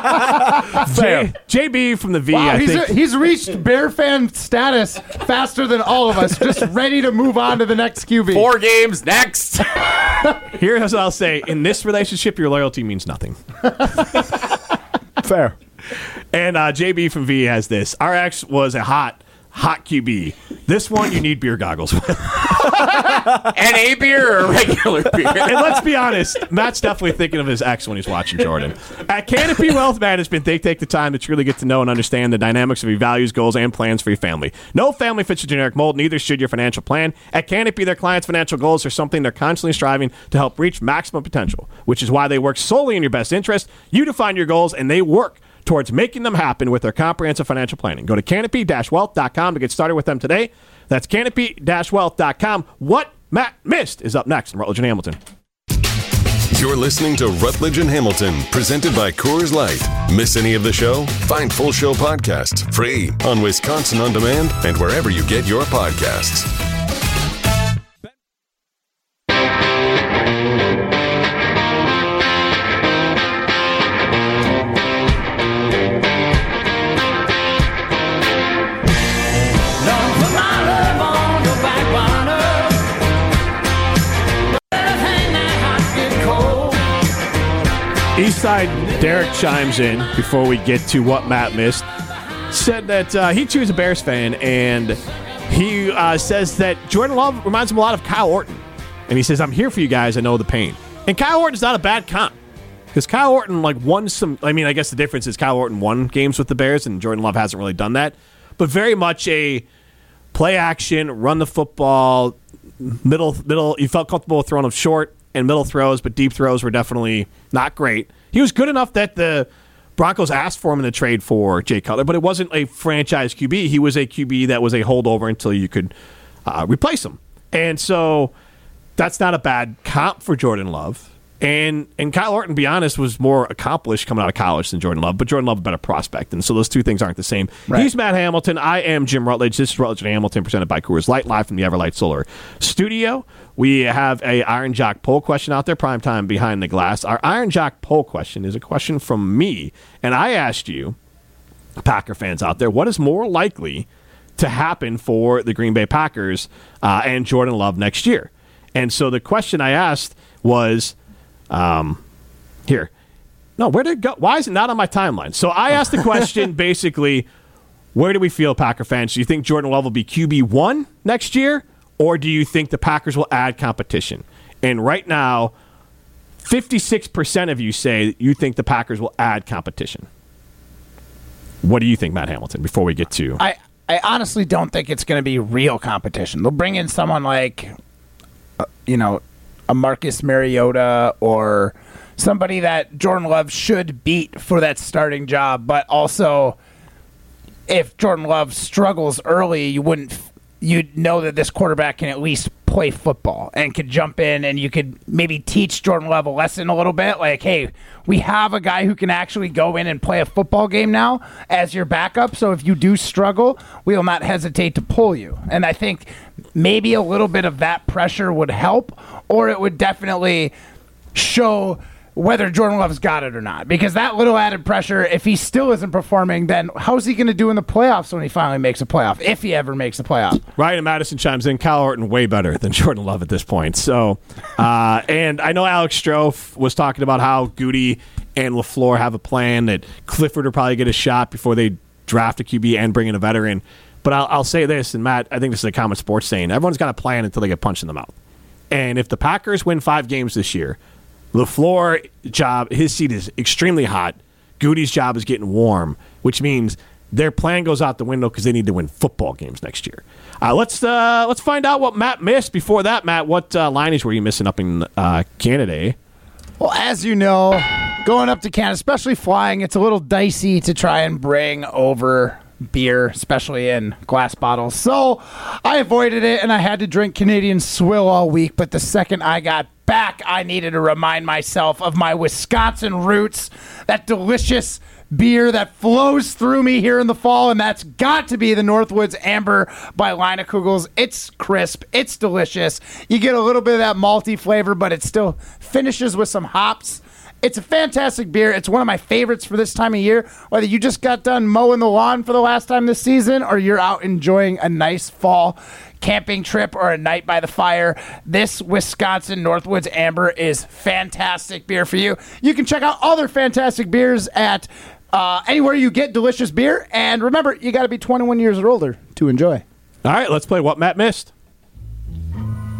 J- JB from the V. Wow, I he's, think he's reached bear fan status faster than all of us, [LAUGHS] just ready to move on to the next QB. Four games next. here's what I'll say: in this relationship, your loyalty means nothing. Fair. And uh, JB from V has this. Our ex was a hot, hot QB. This one you need beer goggles with. And a beer or a regular beer? and let's be honest, Matt's definitely thinking of his ex when he's watching Jordan. At Canopy Wealth Management, they take the time to truly get to know and understand the dynamics of your values, goals, and plans for your family. No family fits a generic mold, neither should your financial plan. At Canopy, their clients' financial goals are something they're constantly striving to help reach maximum potential, which is why they work solely in your best interest. You define your goals, and they work towards making them happen with their comprehensive financial planning. Go to canopy-wealth.com to get started with them today. That's canopy-wealth.com. What Matt missed is up next in Rutledge and Hamilton. You're listening to Rutledge and Hamilton, presented by Coors Light. Miss any of the show? Find full show podcasts free on Wisconsin On Demand and wherever you get your podcasts. Eastside Derek chimes in before we get to what Matt missed. Said that uh, he too is a Bears fan, and he uh, says that Jordan Love reminds him a lot of Kyle Orton. And he says, "I'm here for you guys. I know the pain." And Kyle Orton's not a bad comp because Kyle Orton like won some. I mean, I guess the difference is Kyle Orton won games with the Bears, and Jordan Love hasn't really done that. But very much a play action, run the football, middle middle. You felt comfortable with throwing them short and middle throws, but deep throws were definitely not great. He was good enough that the Broncos asked for him in the trade for Jay Cutler, but it wasn't a franchise QB. He was a QB that was a holdover until you could uh, replace him, and so that's not a bad comp for Jordan Love. And and Kyle Orton, to be honest, was more accomplished coming out of college than Jordan Love, but Jordan Love a better prospect, and so those two things aren't the same. He's Matt Hamilton. I am Jim Rutledge. This is Rutledge and Hamilton, presented by Coors Light, live from the Everlight Solar Studio. We have a Iron Jock poll question out there, prime time behind the glass. Our Iron Jock poll question is a question from me, and I asked you Packer fans out there, what is more likely to happen for the Green Bay Packers uh, and Jordan Love next year? And so the question I asked was, um, here, no, where did it go? Why is it not on my timeline? So I asked the question basically, where do we feel, Packer fans? Do you think Jordan Love will be QB one next year, or do you think the Packers will add competition? And right now, fifty-six percent of you say you think the Packers will add competition. What do you think, Matt Hamilton? Before we get to I, I honestly don't think it's going to be real competition. They'll bring in someone like, uh, you know, a Marcus Mariota or somebody that Jordan Love should beat for that starting job. But also, if Jordan Love struggles early, you wouldn't. f- You'd know that this quarterback can at least play football and could jump in, and you could maybe teach Jordan Love a lesson a little bit. Like, hey, we have a guy who can actually go in and play a football game now as your backup. So if you do struggle, we will not hesitate to pull you. And I think maybe a little bit of that pressure would help, or it would definitely show whether Jordan Love's got it or not. Because that little added pressure, if he still isn't performing, then how's he going to do in the playoffs when he finally makes a playoff? If he ever makes a playoff. Ryan Madison chimes in. Kyle Orton way better than [LAUGHS] Jordan Love at this point. So, uh, and I know Alex Strofe was talking about how Goody and Lafleur have a plan that Clifford will probably get a shot before they draft a QB and bring in a veteran. But I'll, I'll say this, and Matt, I think this is a common sports saying: everyone's got a plan until they get punched in the mouth. And if the Packers win five games this year, LaFleur job his seat is extremely hot. Goody's job is getting warm, which means their plan goes out the window because they need to win football games next year. Uh, let's uh, let's find out what Matt missed. Before that, Matt, what uh, lineage were you missing up in uh, Canada? eh? Well, as you know, going up to Canada, especially flying, it's a little dicey to try and bring over beer, especially in glass bottles. So I avoided it and I had to drink Canadian swill all week. But the second I got back, I needed to remind myself of my Wisconsin roots, that delicious beer that flows through me here in the fall, and that's got to be the Northwoods Amber by Lina Kugels. It's crisp, it's delicious. You get a little bit of that malty flavor, but it still finishes with some hops. It's a fantastic beer. It's one of my favorites for this time of year. Whether you just got done mowing the lawn for the last time this season or you're out enjoying a nice fall camping trip or a night by the fire, this Wisconsin Northwoods Amber is fantastic beer for you. You can check out other fantastic beers at uh, anywhere you get delicious beer. And remember, you got to be 21 years or older to enjoy. All right, let's play what Matt missed.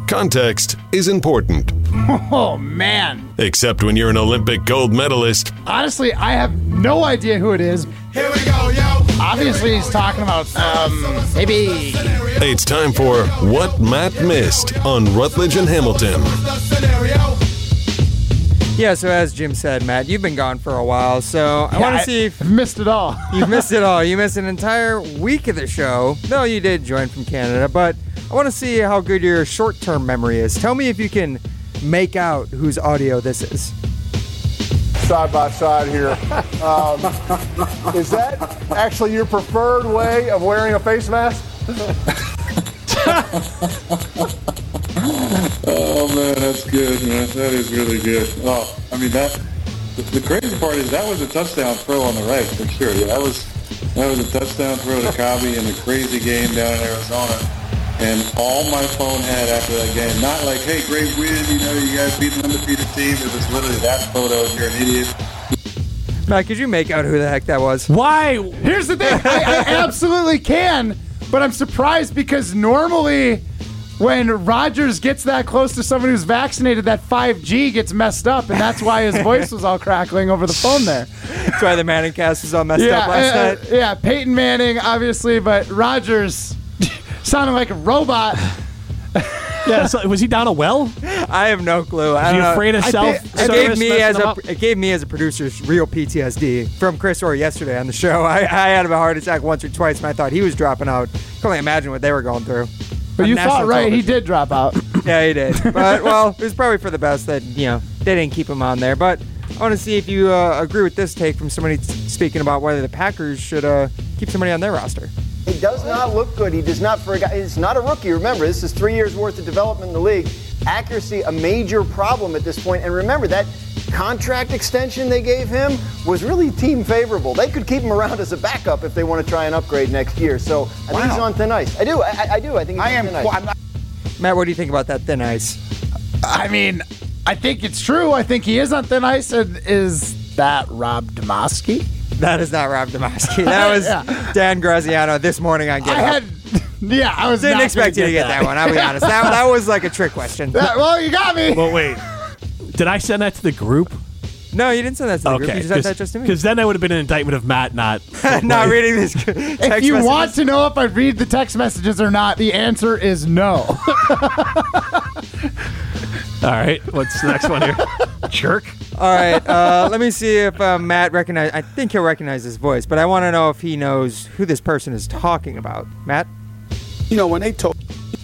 Context is important, Oh, man. except when you're an Olympic gold medalist. Honestly, I have no idea who it is. Here we go, yo. Obviously, he's talking about um, maybe It's time for What Matt Missed on Rutledge and Hamilton. [LAUGHS] Yeah, so as Jim said, Matt, you've been gone for a while, so I Yeah, want I- to see if missed it all. you missed it all. You missed an entire week of the show. No, you did join from Canada, but I want to see how good your short term memory is. Tell me if you can make out whose audio this is. side by side here. Um, is that actually your preferred way of wearing a face mask? Oh man, that's good, man. That is really good. Oh, I mean that. The, the crazy part is that was a touchdown throw on the right for sure. Yeah, that was that was a touchdown throw to Cobby in a crazy game down in Arizona. And all my phone had after that game, not like, hey, great win, you know, you guys beat an undefeated team. It was literally that photo. You're an idiot. Matt, could you make out who the heck that was? [LAUGHS] Why? Here's the thing. I, I absolutely can, but I'm surprised because normally when Rogers gets that close to someone who's vaccinated, that 5G gets messed up, and that's why his voice was all crackling over the phone there. That's why the Manning cast was all messed yeah, [LAUGHS] up last uh, night. uh, yeah, Peyton Manning, obviously, but Rogers [LAUGHS] sounded like a robot. yeah, so was he down a well? I have no clue. I Is he don't know. afraid of Uh, I self- think- It service gave me messing as him a up? it gave me as a producer's real PTSD from Chris Orr yesterday on the show. [LAUGHS] I, I had a heart attack once or twice, and I thought he was dropping out. Can only imagine what they were going through. But On you national thought right, television. he did drop out. Yeah, [LAUGHS] he did. But well, it was probably for the best that you know they didn't keep him on there. But I want to see if you uh, agree with this take from somebody t- speaking about whether the Packers should uh, keep somebody on their roster. He does not look good. He does not for a guy. He's not a rookie. Remember, this is three years worth of development in the league. Accuracy, a major problem at this point. And remember that contract extension they gave him was really team favorable. They could keep him around as a backup if they want to try and upgrade next year. So I think he's on thin ice. I do. I, I- I do. I think he's I on am, thin ice. Matt, what do you think about that thin ice? I mean, I think it's true. I think he is on thin ice. And is that Rob Demosky? That is not Rob [LAUGHS] Demosky. That was Yeah. Dan Graziano this morning on Get I Up. had, [LAUGHS] yeah, I was Didn't not expect you gonna to get that. one. I'll be honest. That, that was like a trick question. That- well, you got me. Well, wait. Did I send that to the group? No, you didn't send that to the group. You just sent that just to me. Because then that would have been an indictment of Matt not [LAUGHS] not reading this. If you want to know if I read the text messages or not, the answer is no. [LAUGHS] All right, [LAUGHS] what's the next one here? Jerk. All right, uh, let me see if uh, Matt recognize. I think he'll recognize his voice, but I want to know if he knows who this person is talking about. Matt, You know, when they told,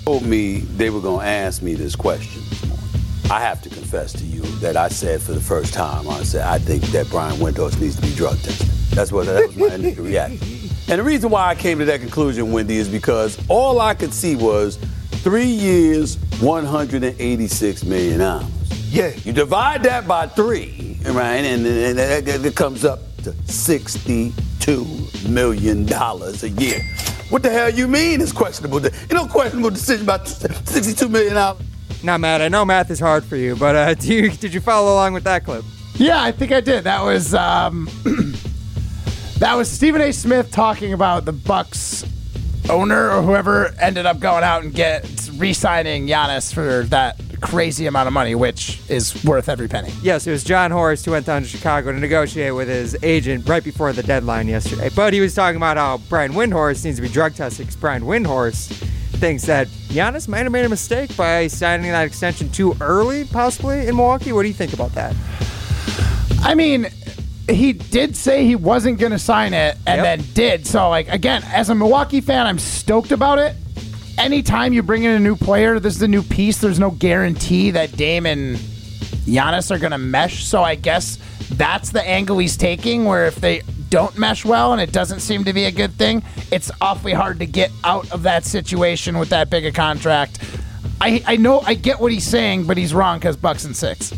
told me they were going to ask me this question, this morning, I have to confess to you that I said for the first time, I said, I think that Brian Windhorst needs to be drug tested. That's what that was my initial reaction. And the reason why I came to that conclusion, Wendy, is because all I could see was three years, 186 million dollars. Yeah. You divide that by three, right, and, and, and it- it comes up to 62 million dollars a year. What the hell you mean is questionable? de- You know, questionable decision about 62 million dollars. not Matt. I know math is hard for you, but uh, [LAUGHS] do you, did you follow along with that clip? yeah, I think I did. That was um, [CLEARS THROAT] that was Stephen A. Smith talking about the Bucks owner or whoever ended up going out and get re-signing Giannis for that crazy amount of money, which is worth every penny. Yes, it was John Horace who went down to Chicago to negotiate with his agent right before the deadline yesterday. But he was talking about how Brian Windhorse needs to be drug tested 'cause Brian Windhorse thinks that Giannis might have made a mistake by signing that extension too early, possibly in Milwaukee. What do you think about that? I mean, he did say he wasn't going to sign it and then did. So, like, again, as a Milwaukee fan, I'm stoked about it. Anytime you bring in a new player, this is a new piece. There's no guarantee that Dame and Giannis are going to mesh. So, I guess that's the angle he's taking, where if they don't mesh well and it doesn't seem to be a good thing, it's awfully hard to get out of that situation with that big a contract. I, I know I get what he's saying, but he's wrong because Bucks and six.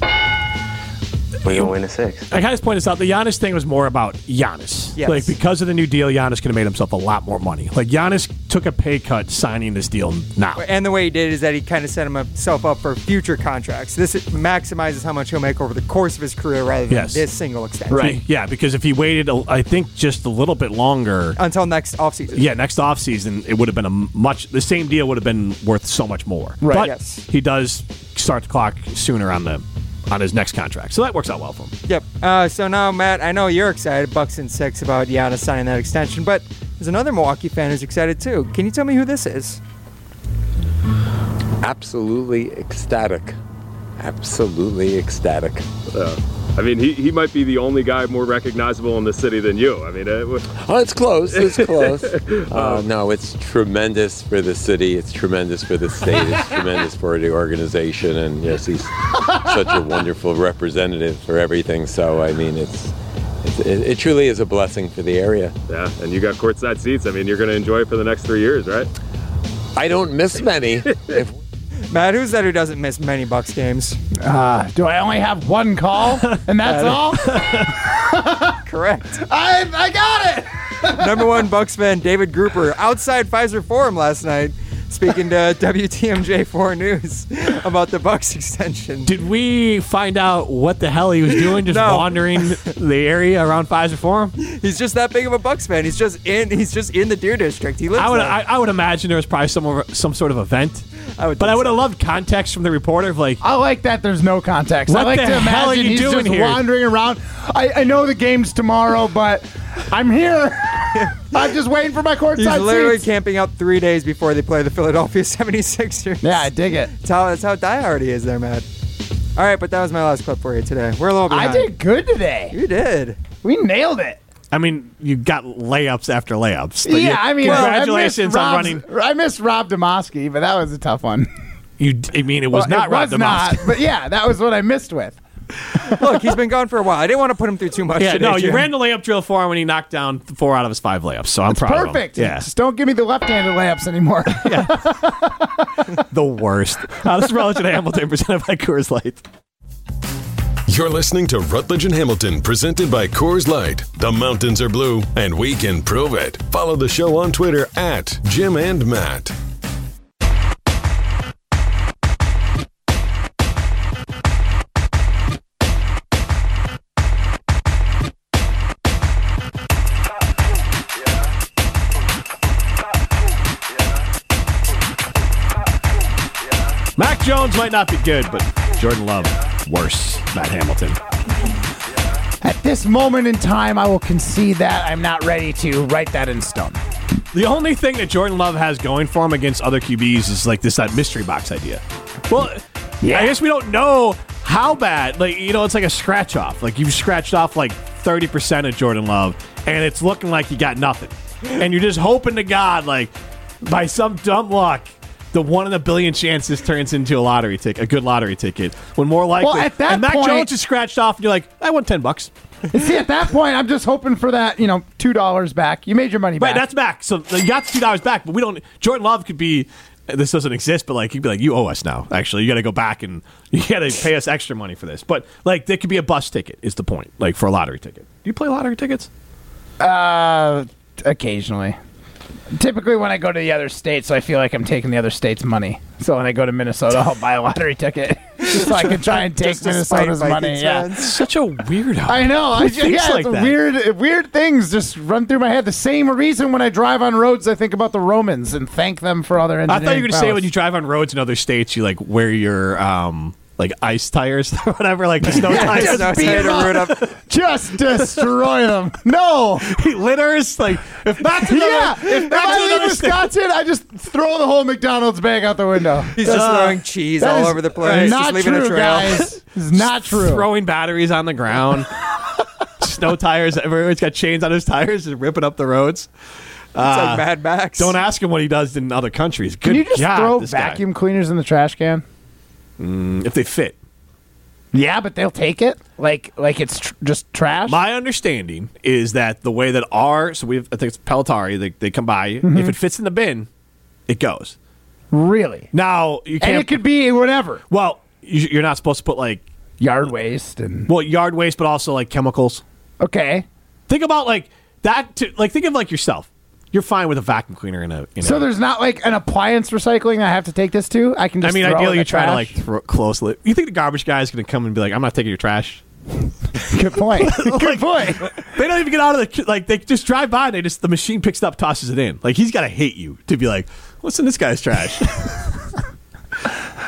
We can win a six. I kind of point this out. The Giannis thing was more about Giannis. Yes. Like because of the new deal, Giannis could have made himself a lot more money. Like Giannis took a pay cut signing this deal now. And the way he did is that he kind of set himself up for future contracts. This maximizes how much he'll make over the course of his career rather than Yes. this single extension. Yeah, because if he waited, a, I think just a little bit longer until next offseason. Yeah, next offseason, it would have been a much the same deal would have been worth so much more. Right. But Yes. he does start the clock sooner on the on his next contract, so that works out well for him. Yep. Uh, so now, Matt, I know you're excited, Bucks and Six, about Giannis signing that extension, but there's another Milwaukee fan who's excited too. Can you tell me who this is? Absolutely ecstatic. Absolutely ecstatic. Yeah. I mean, he, he might be the only guy more recognizable in the city than you. I mean, it, w- Oh, it's close. It's close. uh, no, it's tremendous for the city. It's tremendous for the state. It's tremendous for the organization. And yes, he's such a wonderful representative for everything. So I mean, it's, it's it, it truly is a blessing for the area. yeah, and you got courtside seats. I mean, you're going to enjoy it for the next three years, right? I don't miss many. if Matt, who's that who doesn't miss many Bucks games? Uh, do I only have one call [LAUGHS] and that's That- all? Correct. I, I got it. [LAUGHS] Number one Bucks fan David Grouper outside Pfizer Forum last night, speaking [LAUGHS] to WTMJ Four News about the Bucks extension. Did we find out what the hell he was doing? [LAUGHS] Just No. wandering the area around Pfizer Forum. He's just that big of a Bucks fan. He's just in. He's just in the Deer District. He lives. I would there. I, I would imagine there was probably some some sort of event. I would but think I would so. have loved context from the reporter of like I like that there's no context. What I like the to imagine hell are you he's doing just here? wandering around. I, I know the game's tomorrow, but I'm [LAUGHS] here. I'm just waiting for my He's courtside literally seats. camping out three days before they play the Philadelphia [LAUGHS] 76ers. Yeah, I dig it. That's how, that's how diehard he is there, Matt. All right, but that was my last clip for you today. We're a little I behind. did good today. You did. We nailed it. I mean, you got layups after layups. Like, Yeah, I mean, well, I missed congratulations on Rob's- running. I missed Rob Demosky, but that was a tough one. You, d- I mean, it was Well, not Rob was not, Domofsky. but yeah, that was what I missed with. Look, he's been gone for a while. I didn't want to put him through too [LAUGHS] much. Yeah, today, no, you Jim. ran the layup drill for him when he knocked down four out of his five layups. So I'm proud. Perfect. Of him. Yeah, Just don't give me the left-handed layups [LAUGHS] anymore. [LAUGHS] the worst. Uh, this is relative to Hamilton presented by Coors Light. You're listening to Rutledge and Hamilton, presented by Coors Light. The mountains are blue, and we can prove it. Follow the show on Twitter at Jim and Matt. Mac Jones might not be good, but Jordan Love worse. Matt Hamilton. At this moment in time, I will concede that I'm not ready to write that in stone. The only thing that Jordan Love has going for him against other QBs is like this that mystery box idea. Well, I guess we don't know how bad. Like you know, it's like a scratch off. Like you've scratched off like thirty percent of Jordan Love, and it's looking like you got nothing, and you're just hoping to God like by some dumb luck. The one in a billion chances turns into a lottery ticket, a good lottery ticket. When more likely, Well, at that and Mac point- Jones is scratched off, and you're like, I won ten bucks. [LAUGHS] See, at that point, I'm just hoping for that, you know, two dollars back. You made your money Right, back. that's back. So you got the two dollars back, but we don't. Jordan Love could be. This doesn't exist, but like he'd be like, "You owe us now. Actually, you got to go back and [LAUGHS] you got to pay us extra money for this." But like, there could be a bus ticket. Is the point? Like for a lottery ticket. Do you play lottery tickets? Uh, occasionally. Typically, when I go to the other states, I feel like I'm taking the other state's money. So when I go to Minnesota, I'll buy a lottery ticket. [LAUGHS] just so I can try and take Just to spite Minnesota's money. Vikings Yeah. fans. Such a weirdo. I know. Who I just, thinks yeah, like it's that? weird, weird things just run through my head. The same reason when I drive on roads, I think about the Romans and thank them for all their I engineering. thought you were going to say prowess. when you drive on roads in other states, you like wear your um like ice tires [LAUGHS] or whatever, like the [LAUGHS] snow Yeah, [LAUGHS] tires. just beat them. Just destroy them. No, he litters like if that's another, [LAUGHS] another- yeah. if If that's I leave another Wisconsin, I just throw the whole McDonald's bag out the [LAUGHS] window. He's just throwing cheese that all is over the place, Not just leaving a true, [LAUGHS] trail. guys. It's not true. Throwing batteries on the ground. [LAUGHS] snow tires everywhere. He's got chains on his tires and ripping up the roads. It's Ah. like Mad Max. Don't ask him what he does in other countries. Good Can you just God, throw this guy. vacuum cleaners in the trash can? Mm, if they fit. Yeah, but they'll take it like like it's tr- just trash. My understanding is that the way that our so we have I think it's Pelotari they, they come by Mhm. if it fits in the bin, it goes. Really? Now you can't. And it could be whatever. Well, you- you're not supposed to put like yard waste and well yard waste, but also like chemicals. Okay. Think about like that. To, like think of like yourself. You're fine with a vacuum cleaner in a. In So a, there's not like an appliance recycling I have to take this to. I can. I Just mean, throw it in ideally, the you try to like trash? throw, close it. You think the garbage guy is going to come and be like, "I'm not taking your trash." Good [LAUGHS] point. Good point. They don't even get out of the like. They just drive by. and They just the machine picks it up, tosses it in. Like he's got to hate you to be like, "What's in this guy's [LAUGHS] trash?"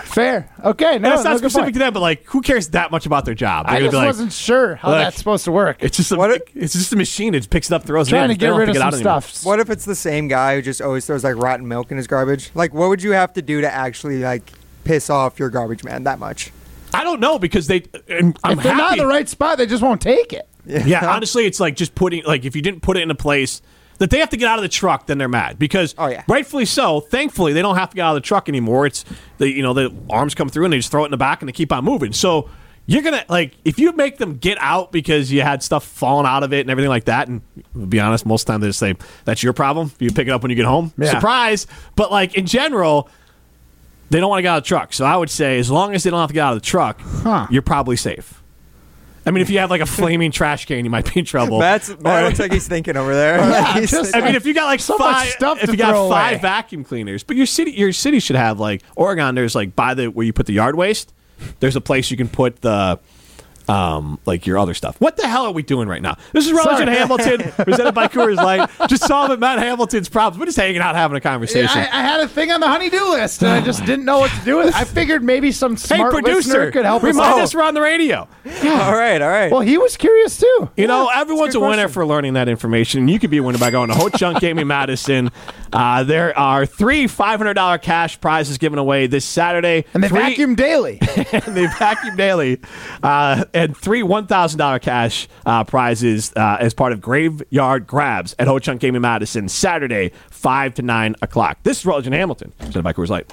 Fair. Okay. and No, it's no, not good specific point. to them, but like, who cares that much about their job? They're I gonna just be like, wasn't sure how "Look, that's supposed to work. [LAUGHS] It's just a it's just a machine. It just picks it up, throws it in. They don't have get out anymore. What if it's the same guy who just always throws like rotten milk in his garbage? Like, what would you have to do to actually like piss off your garbage man that much? I don't know because they. And I'm if they're not happy. in the right spot, they just won't take it. Yeah. honestly, it's like just putting like if you didn't put it in a place that they have to get out of the truck, then they're mad because rightfully so. Thankfully, they don't have to get out of the truck anymore. It's the you know the arms come through and they just throw it in the back and they keep on moving. So you're gonna like if you make them get out because you had stuff falling out of it and everything like that. And to be honest, most of the time they just say that's your problem. You pick it up when you get home. Yeah. Surprise! But like in general. They don't want to get out of the truck. So I would say, as long as they don't have to get out of the truck, you're probably safe. I mean, if you have like a flaming trash can, you might be in trouble. Matt's, Matt Or- looks like he's thinking [LAUGHS] over there. Yeah, He's just- I thinking- mean, if you got like five, if you got five vacuum cleaners, but your city, your city should have like Oregon. There's like by the where you put the yard waste. There's a place you can put the. Um, like your other stuff. What the hell are we doing right now? This is Rutledge and Sorry. Hamilton, presented by Coors Light. Just solving Matt Hamilton's problems. We're just hanging out, having a Yeah, conversation. I, I had a thing on the honeydew list, and I just didn't know what to do with [LAUGHS] it. I figured maybe some smart listener could help remind out. us we're on the radio. All right, all right. Well, he was curious too. You know, everyone's a, winner for learning that information. You could be a winner by going to Ho Chunk Gaming Madison. Uh, there are three $500 cash prizes given away this Saturday. And they Three- vacuum [LAUGHS] daily. [LAUGHS] and they vacuum daily. Uh, and three $1,000 cash uh, prizes uh, as part of Graveyard Grabs at Ho Chunk Gaming Madison, Saturday, 5 to 9 o'clock. This is Roger Hamilton, presented by Coors Light.